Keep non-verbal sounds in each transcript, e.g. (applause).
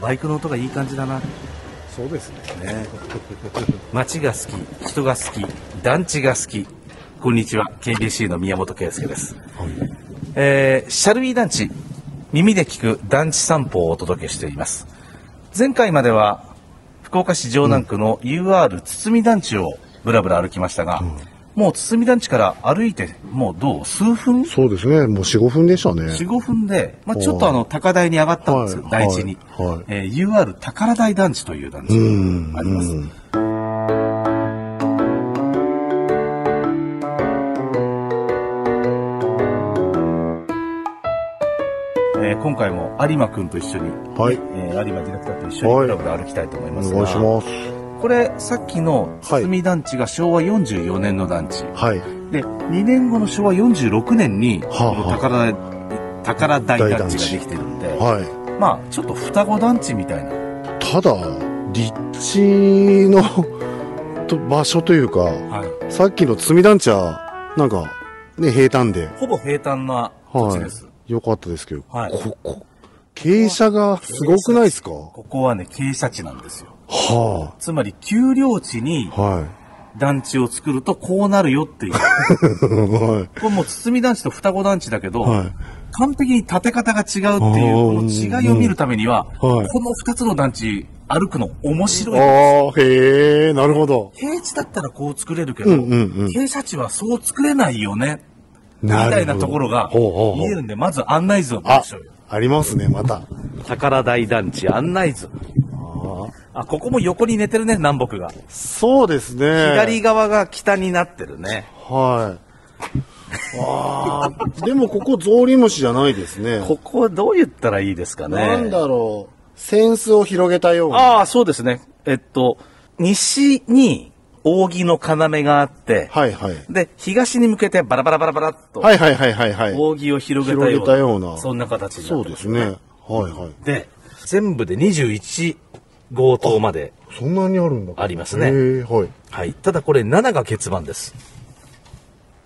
バイクの音がいい感じだな。そうですね。ね街が好き、人が好き、団地が好き。こんにちは、KBC の宮本圭介です。えーシャルウィー団地、耳で聞く団地散歩をお届けしています。前回までは、福岡市城南区の UR 堤団地をぶらぶら歩きましたが、もう堤団地から歩いて、もうどう数分そうですね。もう4、5分でしたね。 4、5分で、まあ、ちょっとあの、高台に上がったんですよ、はい台地に。はいはいえー UR 宝台団地という団地うん。があります。うんえー今回も有馬くんと一緒に、はい。えー有馬ディレクターと一緒にはクいラブで歩きたいと思いおますが、願いします。これ、さっきのはい堤団地が昭和44年の団地。はい。で、2年後の昭和46年に、こはあの宝台、宝台大団団地が地できてるんで、はまあ、ちょっと双子団地みたいな。い。ただ、立地のと場所というか、さっきの積み団地は、なんか、ね、平坦で。ほぼ平坦な土地はです。い。よかったですけど、はいここ、傾斜がすごくないですかはここはね、傾斜地なんですよ。あ。つまり、丘陵地にはい。団地を作るとこうなるよっていう。はこれもう堤団地と双子団地だけど、い。はい。完璧に建て方が違うっていう、あーこの違いを見るためには、うんはいこの二つの団地歩くの面白い。ああ、へえ、なるほど。平地だったらこう作れるけど、うんうんうん。傾斜地はそう作れないよね、みなるほどたいなところがほうほうほう見えるんで、まず案内図を見あましょうよ。、ありますね、また。宝台団地案内図。あ、ここも横に寝てるね、南北が。そうですね。左側が北になってるね。はい。ああ、でもここ、ゾウリムシじゃないですね。ここはどう言ったらいいですかね。なんだろう。センスを広げたような。ああ、そうですね。えっと、西に扇の要があって、はいはい。で、東に向けてバラバラバラバラっと、はいはいはいはいはい。扇を広げた広ようげな、たようなそんな形になっそうてでますね。はいはい。で、全部で21号棟までそんなにあるんだ。ありますねへえ、はい。はい。ただこれ7が欠番です。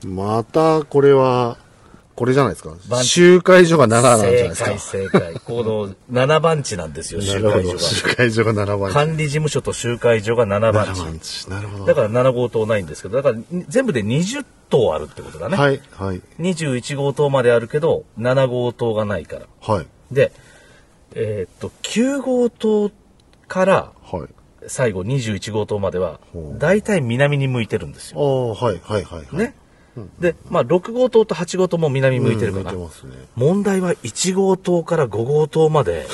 また、これは、これじゃないですかバ。ン集会所が7なんじゃないですか。正解。この7番地なんですよ、な集るほ会所ど。集会所が7が。番地。管理事務所と集会所が7番7地。番地。なるほど。だから7号棟ないんですけど、だから全部で20棟あるってことだね。はいはい21号棟まであるけど、7号棟がないから。はいで、えーっと、9号棟からはい。最後21号棟まではほ、う大体南に向いてるんですよあ。あ、はいはいはいはい。ね。で、まあ、6号棟と8号棟も南うん。向いてるか向らいて、ますね。、問題は1号棟から5号棟まで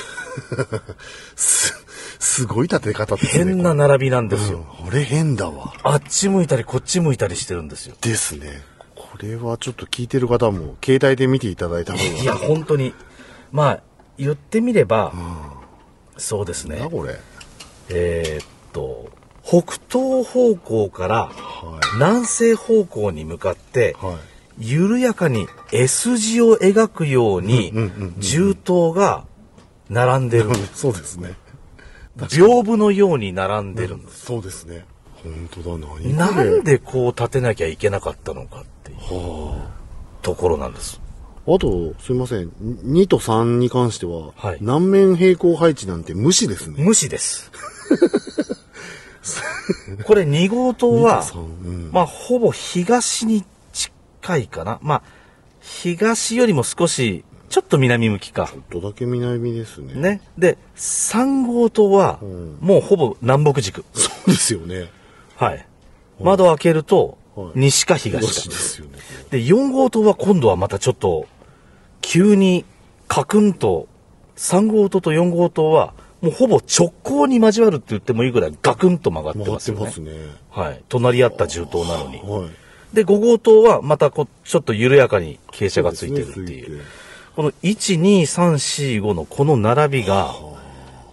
すすごい立て方ですね。変な並びなんですうよ。ん。あれ変だわ。あっち向いたりこっち向いたりしてるんですよ。ですね。これはちょっと聞いてる方も、携帯で見ていただいた方が。いや、本当に。まあ、言ってみれば、そうですなね。これ。えーっと、北東方向からは南西方向に向かって、 (laughs) はい。緩やかに S 字を描くようにうんうんうんうん、銃刀が並んでる。そうですね。屏風のように並んでるんです。そうですね。本当だ、何これなんでこう立てなきゃいけなかったのかっていうはところなんです。あ。あと、すいません。2と3に関しては、はい南面平行配置なんて無視ですね。無視です。 (laughs) これ2号棟は二と、三うんまあほぼ東に近いかな。まあ東よりも少し、ちょっと南向きかち。ょっとだけ南ですね。。ね。で、3号棟はうん、もうほぼ南北軸。そうですよね。はい。窓開けるとはい、西か無東視でか。すよね。で、4号棟は今度はまたちょっと、急にカクンと、3号棟と4号棟は、もうほぼ直行に交わるって言ってもいいぐらいガクンと曲がって回まっすてよね。ますね。はい。隣り合った銃刀なのに。はい。で、5号棟はまたこうちょっと緩やかに傾斜がついてるってそうでいすう。ね。この1、2、3、4、5のこの並びが、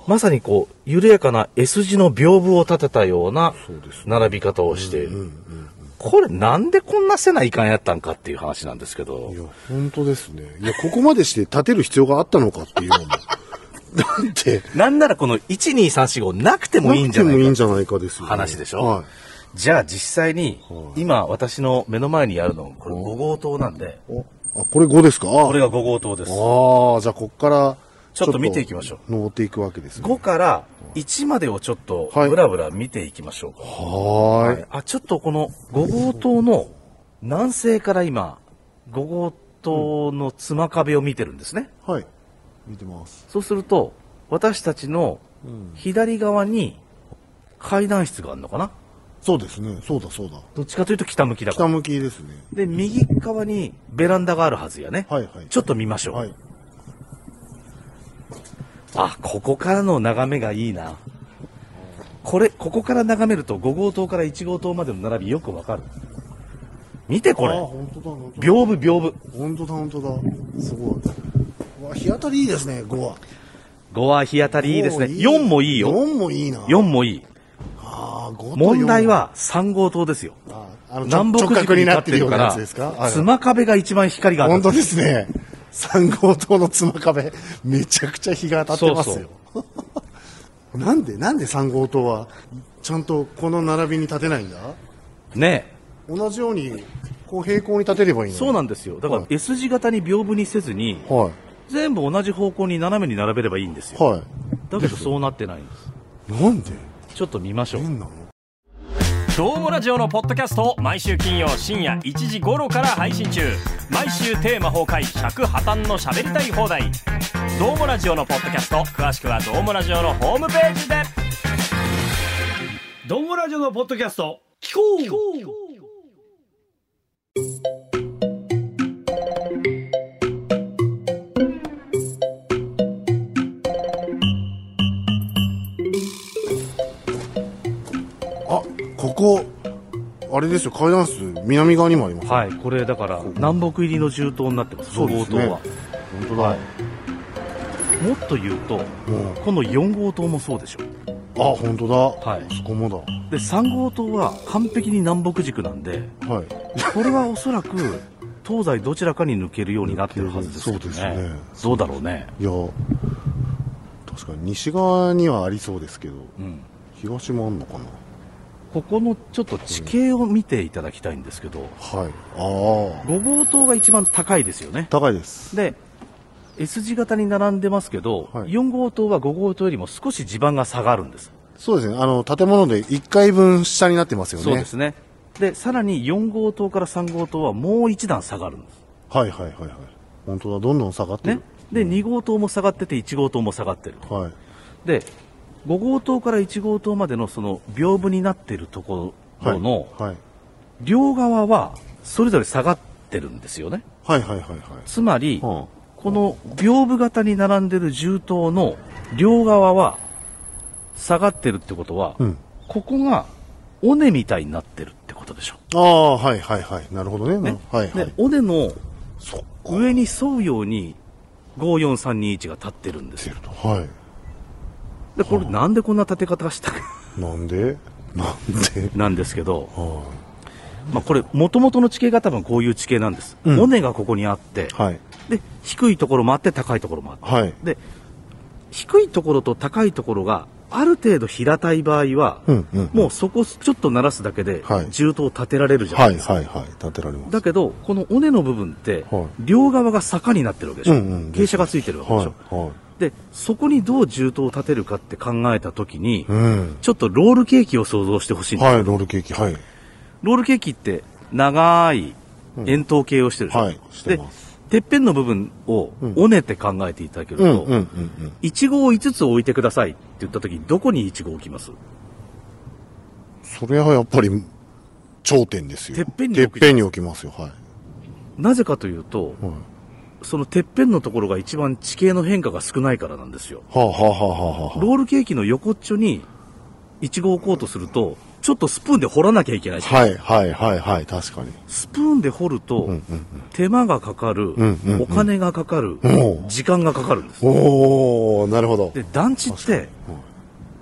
まさにこう、緩やかな S 字の屏風を立てたようなそうですね並び方をしていついてうる。んうんこれなんでこんなせないかんやったんかっていう話なんですけいど、や、本当ですね。いや、ここまでして立てる必要があったのかってい (laughs) うのも。だって、なんならこの1、2、3、4、5なくてもいいんじゃななくてもいいいんか。じゃないかですよね、話でしょはい。じゃあ実際には、い今私の目の前にあるの、これ5号棟なんで、おあ、これ5ですかこれあが5号棟です。あー、じゃあこっからちょっと見ていきましょう。登っていくわけです、ね。 5から1までをちょっとはいブラブラ見ていきましょうか。はーい。あ、ちょっとこの5号棟の南西から今、5号棟の妻壁を見てるんですね。はい。見てます。そうすると、私たちのうん。左側に階段室があるのかなそうですね。そうだそうだ。どっちかというと北向きだか北ら。向きですね。で、右側にベランダがあるはずやね。はいはい。ちょっと見ましょう。はい。あ、ここからの眺めがいいな。これ、ここから眺めると5号棟から1号棟までの並びよくわかる。見てこあー、れ。本当だ、本当だ。屏風屏風。本当だ、本当だ。すごい。うわ、日当たりいいですね、5は。 5は日当たりいいですね。4もいいよ。 4もいいな。 4もいい。ああ、5と4。問題、は3号棟ですよ。あーあの南北直角軸にに立なっっててるるようかなやつですか。ら、はい妻壁が一番光が当たる本当ですね。三号棟の妻壁、めちゃくちゃ日が当たってますよ。 (laughs) なんで、なんで三号棟は、ちゃんとこの並びに立てないんだねえ同じように、こう平行に立てればいいのそうなんんですよ。だかはらい S 字型に屏風にせずに、は全部同じ方向に斜めに並べればいいんですい。よ。はだけどそうなってないんです。い。なんでちょっと見ましょう。変なのどうもラジオのポッドキャストを毎週金曜深夜1時頃から配信中毎週テーマ崩壊尺破綻の喋りたい放題どうもラジオのポッドキャスト詳しくはどうもラジオのホームページでどうもラジオのポッドキャスト聞こう聞こうあ、ここ、あれですよ、階段室、南側にもあります。はい、これだから南北入りの重塔になってます、そう5で号す棟ねは。本当だ。もっと言うと、うんこの4号棟もそうでしょ。あ、本当だ。はいそこもだ。で、3号棟は完璧に南北軸なんで、はい。これはおそらく東西どちらかに抜けるようになってるはずですよね。そうですねどうだろうね。いや、確かに西側にはありそうですけど、うん。東もあんのかなここのちょっと地形を見ていただきたいんですけど、はい。ああ。 5号棟が一番高いですよね。高いです。で、S 字型に並んでますけど、はい4号棟は5号棟よりも少し地盤が下がるんです。そうですね。あの、建物で1階分下になってますよね。そうですね。で、さらに4号棟から3号棟はもう1段下がるんです。はいはいはいはい。本当だ、どんどん下がってる。ね。で、2号棟も下がってて、1号棟も下がってる。はい。で、5号棟から1号棟までのその屏風になってるとこはろい。のはい。両側はそれぞれ下がってるんですよね。はいはいはいはい。つまり、はこの屏風型に並んでる銃刀の両側は下がってるってことは、あ、うん。ここが尾根みたいになってるってことでしょ。ああ、はいはいはい。なるほどね。ね。はいはでい。尾根のそっか。上に沿うように54321が立ってるんですよ。はで、これなんでこんな立て方したかい。なんでなんでなんですけど、はまあこれ、元々の地形が多分こういう地形なんです。うん尾根がここにあって、い。はい。で、低いところもあって高いところもあって。はい。で、低いところと高いところがある程度平たい場合は、うんうんうんもうそこちょっと慣らすだけではい銃刀を立てられるじゃないはいですか。はいはい。建てられます。だけど、この尾根の部分ってはい、両側が坂になってるわけでしょ。うんうん傾斜がついてるわけではしいょ。はい。で、そこにどう銃刀を立てるかって考えたときに、うん。ちょっとロールケーキを想像してほしいんですはい、ロールケーキ。はい。ロールケーキって長い円筒形をしてるでしょ、はいしてますで、てっぺんの部分をん尾根って考えていただけるうんうんと、うんうん。イチゴを5つ置いてくださいって言った時にどこにイチゴ置きますそれはやっぱり、頂点ですよ。てっぺんにてっ置くぺんに置きますよ。はい。なぜかというと、はいそのてっぺんのところが一番地形の変化が少ないからなんですよ。はあ、はあはあはあはあ、ロールケーキの横っちょにイチゴを置こうとすると、ちょっとスプーンで掘らなきゃいけないし、はいはいはいはい、確かに。スプーンで掘ると、うんうん手間がかかる、んうんうんお金がかかる、おう時間がかかるんです。おー、なるほど。で、団地って、はい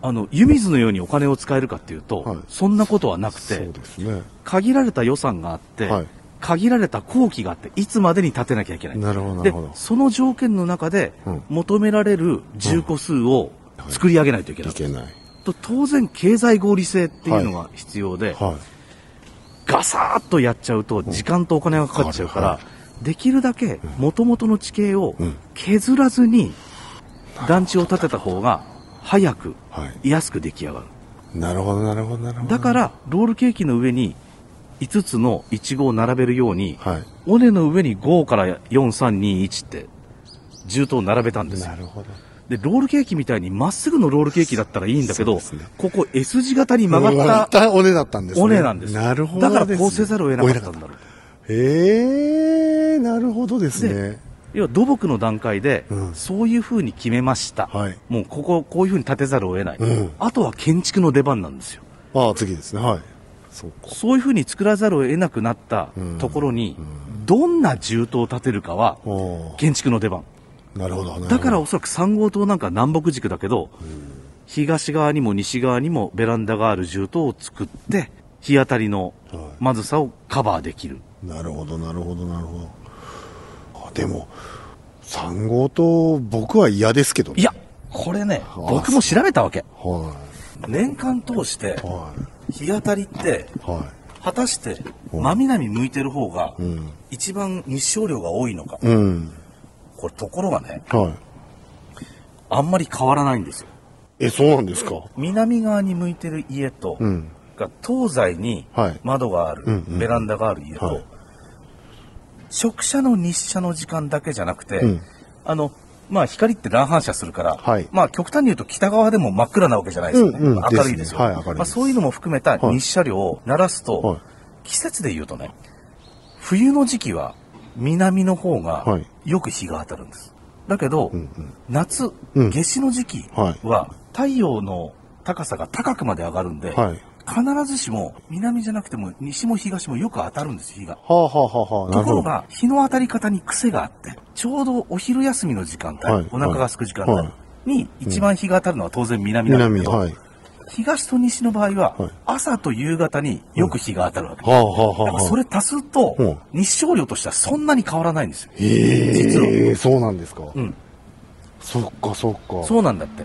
あの、湯水のようにお金を使えるかっていうと、はいそんなことはなくそてう、ですね。限られた予算があって、はい限られた工期があって、いつまでに建てなきゃいけない。なるほどなるでほど、その条件の中でうん、求められる住戸数をはい作り上げないといけない。いけない。と当然、経済合理性っていうのが必要で、はガサーッとやっちゃうと、時間とお金がかかっちゃうから、はいはできるだけ元々の地形をうん削らずに、団地を建てた方が早く、は安く出来上がるい。なるほど、なるほど、なるほど。だか、らロールケーキの上に5つのイチゴを並べるように、はい。尾根の上に5から4321って銃刀を並べたんですよなるほど。でロールケーキみたいにまっすぐのロールケーキだったらいいんだけど、そうですねここ S 字型に曲がったた尾根だったんですね。尾根なんですなるほどだでからすね。こうせざるを得なかったんだろうええー、なるほどですねで。要は土木の段階で、うんそういうふうに決めました、はいもうこここういうふうに建てざるを得ない、うんあとは建築の出番なんですよああ、次ですね。はい。そうか。そういうふうに作らざるを得なくなったところに、どんな銃刀を建てるかはおー建築の出番なるほど。なるほどだからおそらく3号棟なんか南北軸だけど、東側にも西側にもベランダがある銃刀を作って日当たりのまずさをカバーできる、なるほど、なるほど、なるほど。あでも、3号と僕は嫌ですけどね。いやこれね僕も調べたわけは年間通してい。は日当たりってい。は果たしてうん真南向いてる方がい。うん。一番日照量が多いのか、うん。これところがねはい。あんまり変わらないんですよえ、そうなんですか南側に向いてる家と、うん。が東西にはい窓がある、うんうんベランダがある家と、はい直射の日射の時間だけじゃなくて、うんあのまあ、光って乱反射するから、はいまあ、極端に言うと北側でも真っ暗なわけじゃないですよね、うんうん明るいですよ、ですねはい明るいですまあ、そういうのも含めた日射量を鳴らすと、はい季節で言うとね冬の時期は南の方がはいよく日が当たるんですだけど、うんうん。夏うん夏至の時期は太陽の高さが高くまで上がるんで、はい。は必ずしも南じゃなくても西も東もよく当たるんです日が。あ、はあはあはあ、なとるころほど。が日の当たり方に癖があってちょうどお昼休みの時間帯、はいお腹が空く時間帯はいに一番日が当たるのは当然南なんだ南けに、ど、はい。東と西の場合ははい朝と夕方によく日が当たるわけ、はあはあだはあからそはあ。れ足すとうん日照量としてはそんなに変わらないんですよ、実はええー、そうなんですか。うん、そっかそっか。そうなんだって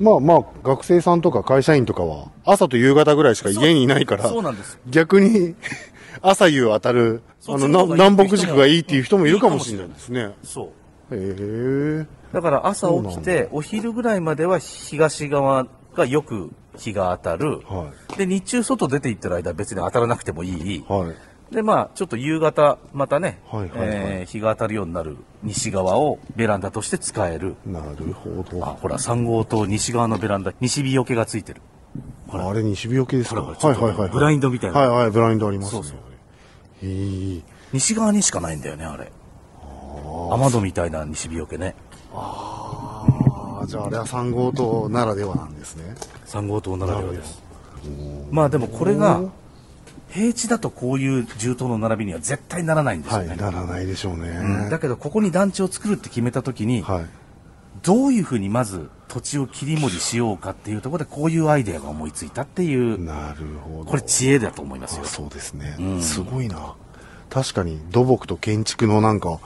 まあまあ、学生さんとか会社員とかは、朝と夕方ぐらいしか家にいないから、そうなんですよ逆に (laughs) 朝夕当たる、そあっちのの、方ながいい南北軸がいいっていう人もいるかもしれないですね。そうへえ。だから朝起きてお昼ぐらいまでは東側がよく日が当たる、はで、日中外出て行ってる間は別に当たらなくてもいいい。。はい。で、まあ、ちょっと夕方、またね、はいはいはいえー日が当たるようになる西側をベランダとして使える。なるほど。あ、あほら、3号棟西側のベランダ、西日よけがついてる。れ、西日よけですかほらはほらいはいはいはい。ブラインドみたいなはいはい、ブラインドありますね。そうそうへえ。西側にしかないんだよね、あれ。雨戸みたいな西日よけね。ああ、じゃああれは3号棟ならではなんですね。 3号棟ならではです。まあ、でもこれが、平地だとこういう重刀の並びには絶対ならないんですよはい、ね。ならないでしょうね。うんだけど、ここに団地を作るって決めたときに、はい。どういうふうにまず土地を切り盛りしようかっていうところでこういうアイデアが思いついたっていうなるほど。これ知恵だと思いますよあそうですね、すごいな確かに土木と建築のなんか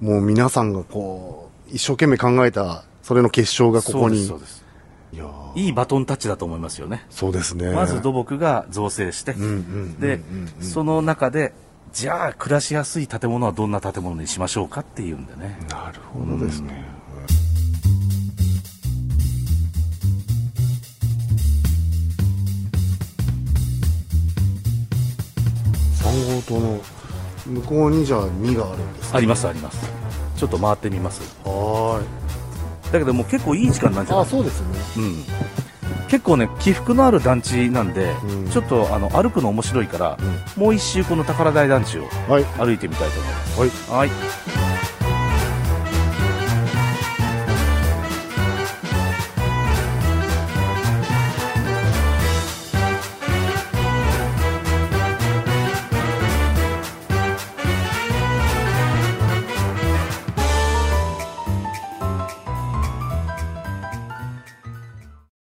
もう皆さんがこう一生懸命考えたそれの結晶がここにそうですいやーいいバトンタッチだと思いますよねそうですねまず土木が造成してんでその中でじゃあ暮らしやすい建物はどんな建物にしましょうかっていうんでねなるほどですね、3号棟の向こうにじゃあ2があるんですありますありますちょっと回ってみますはだけどもう結構いい時間なんじーゃいなあいそうですねうん結構ね起伏のある団地なんで、うんちょっとあの歩くの面白いから、もう一周この宝台団地をはい歩いてみたいと思いますははいいはい。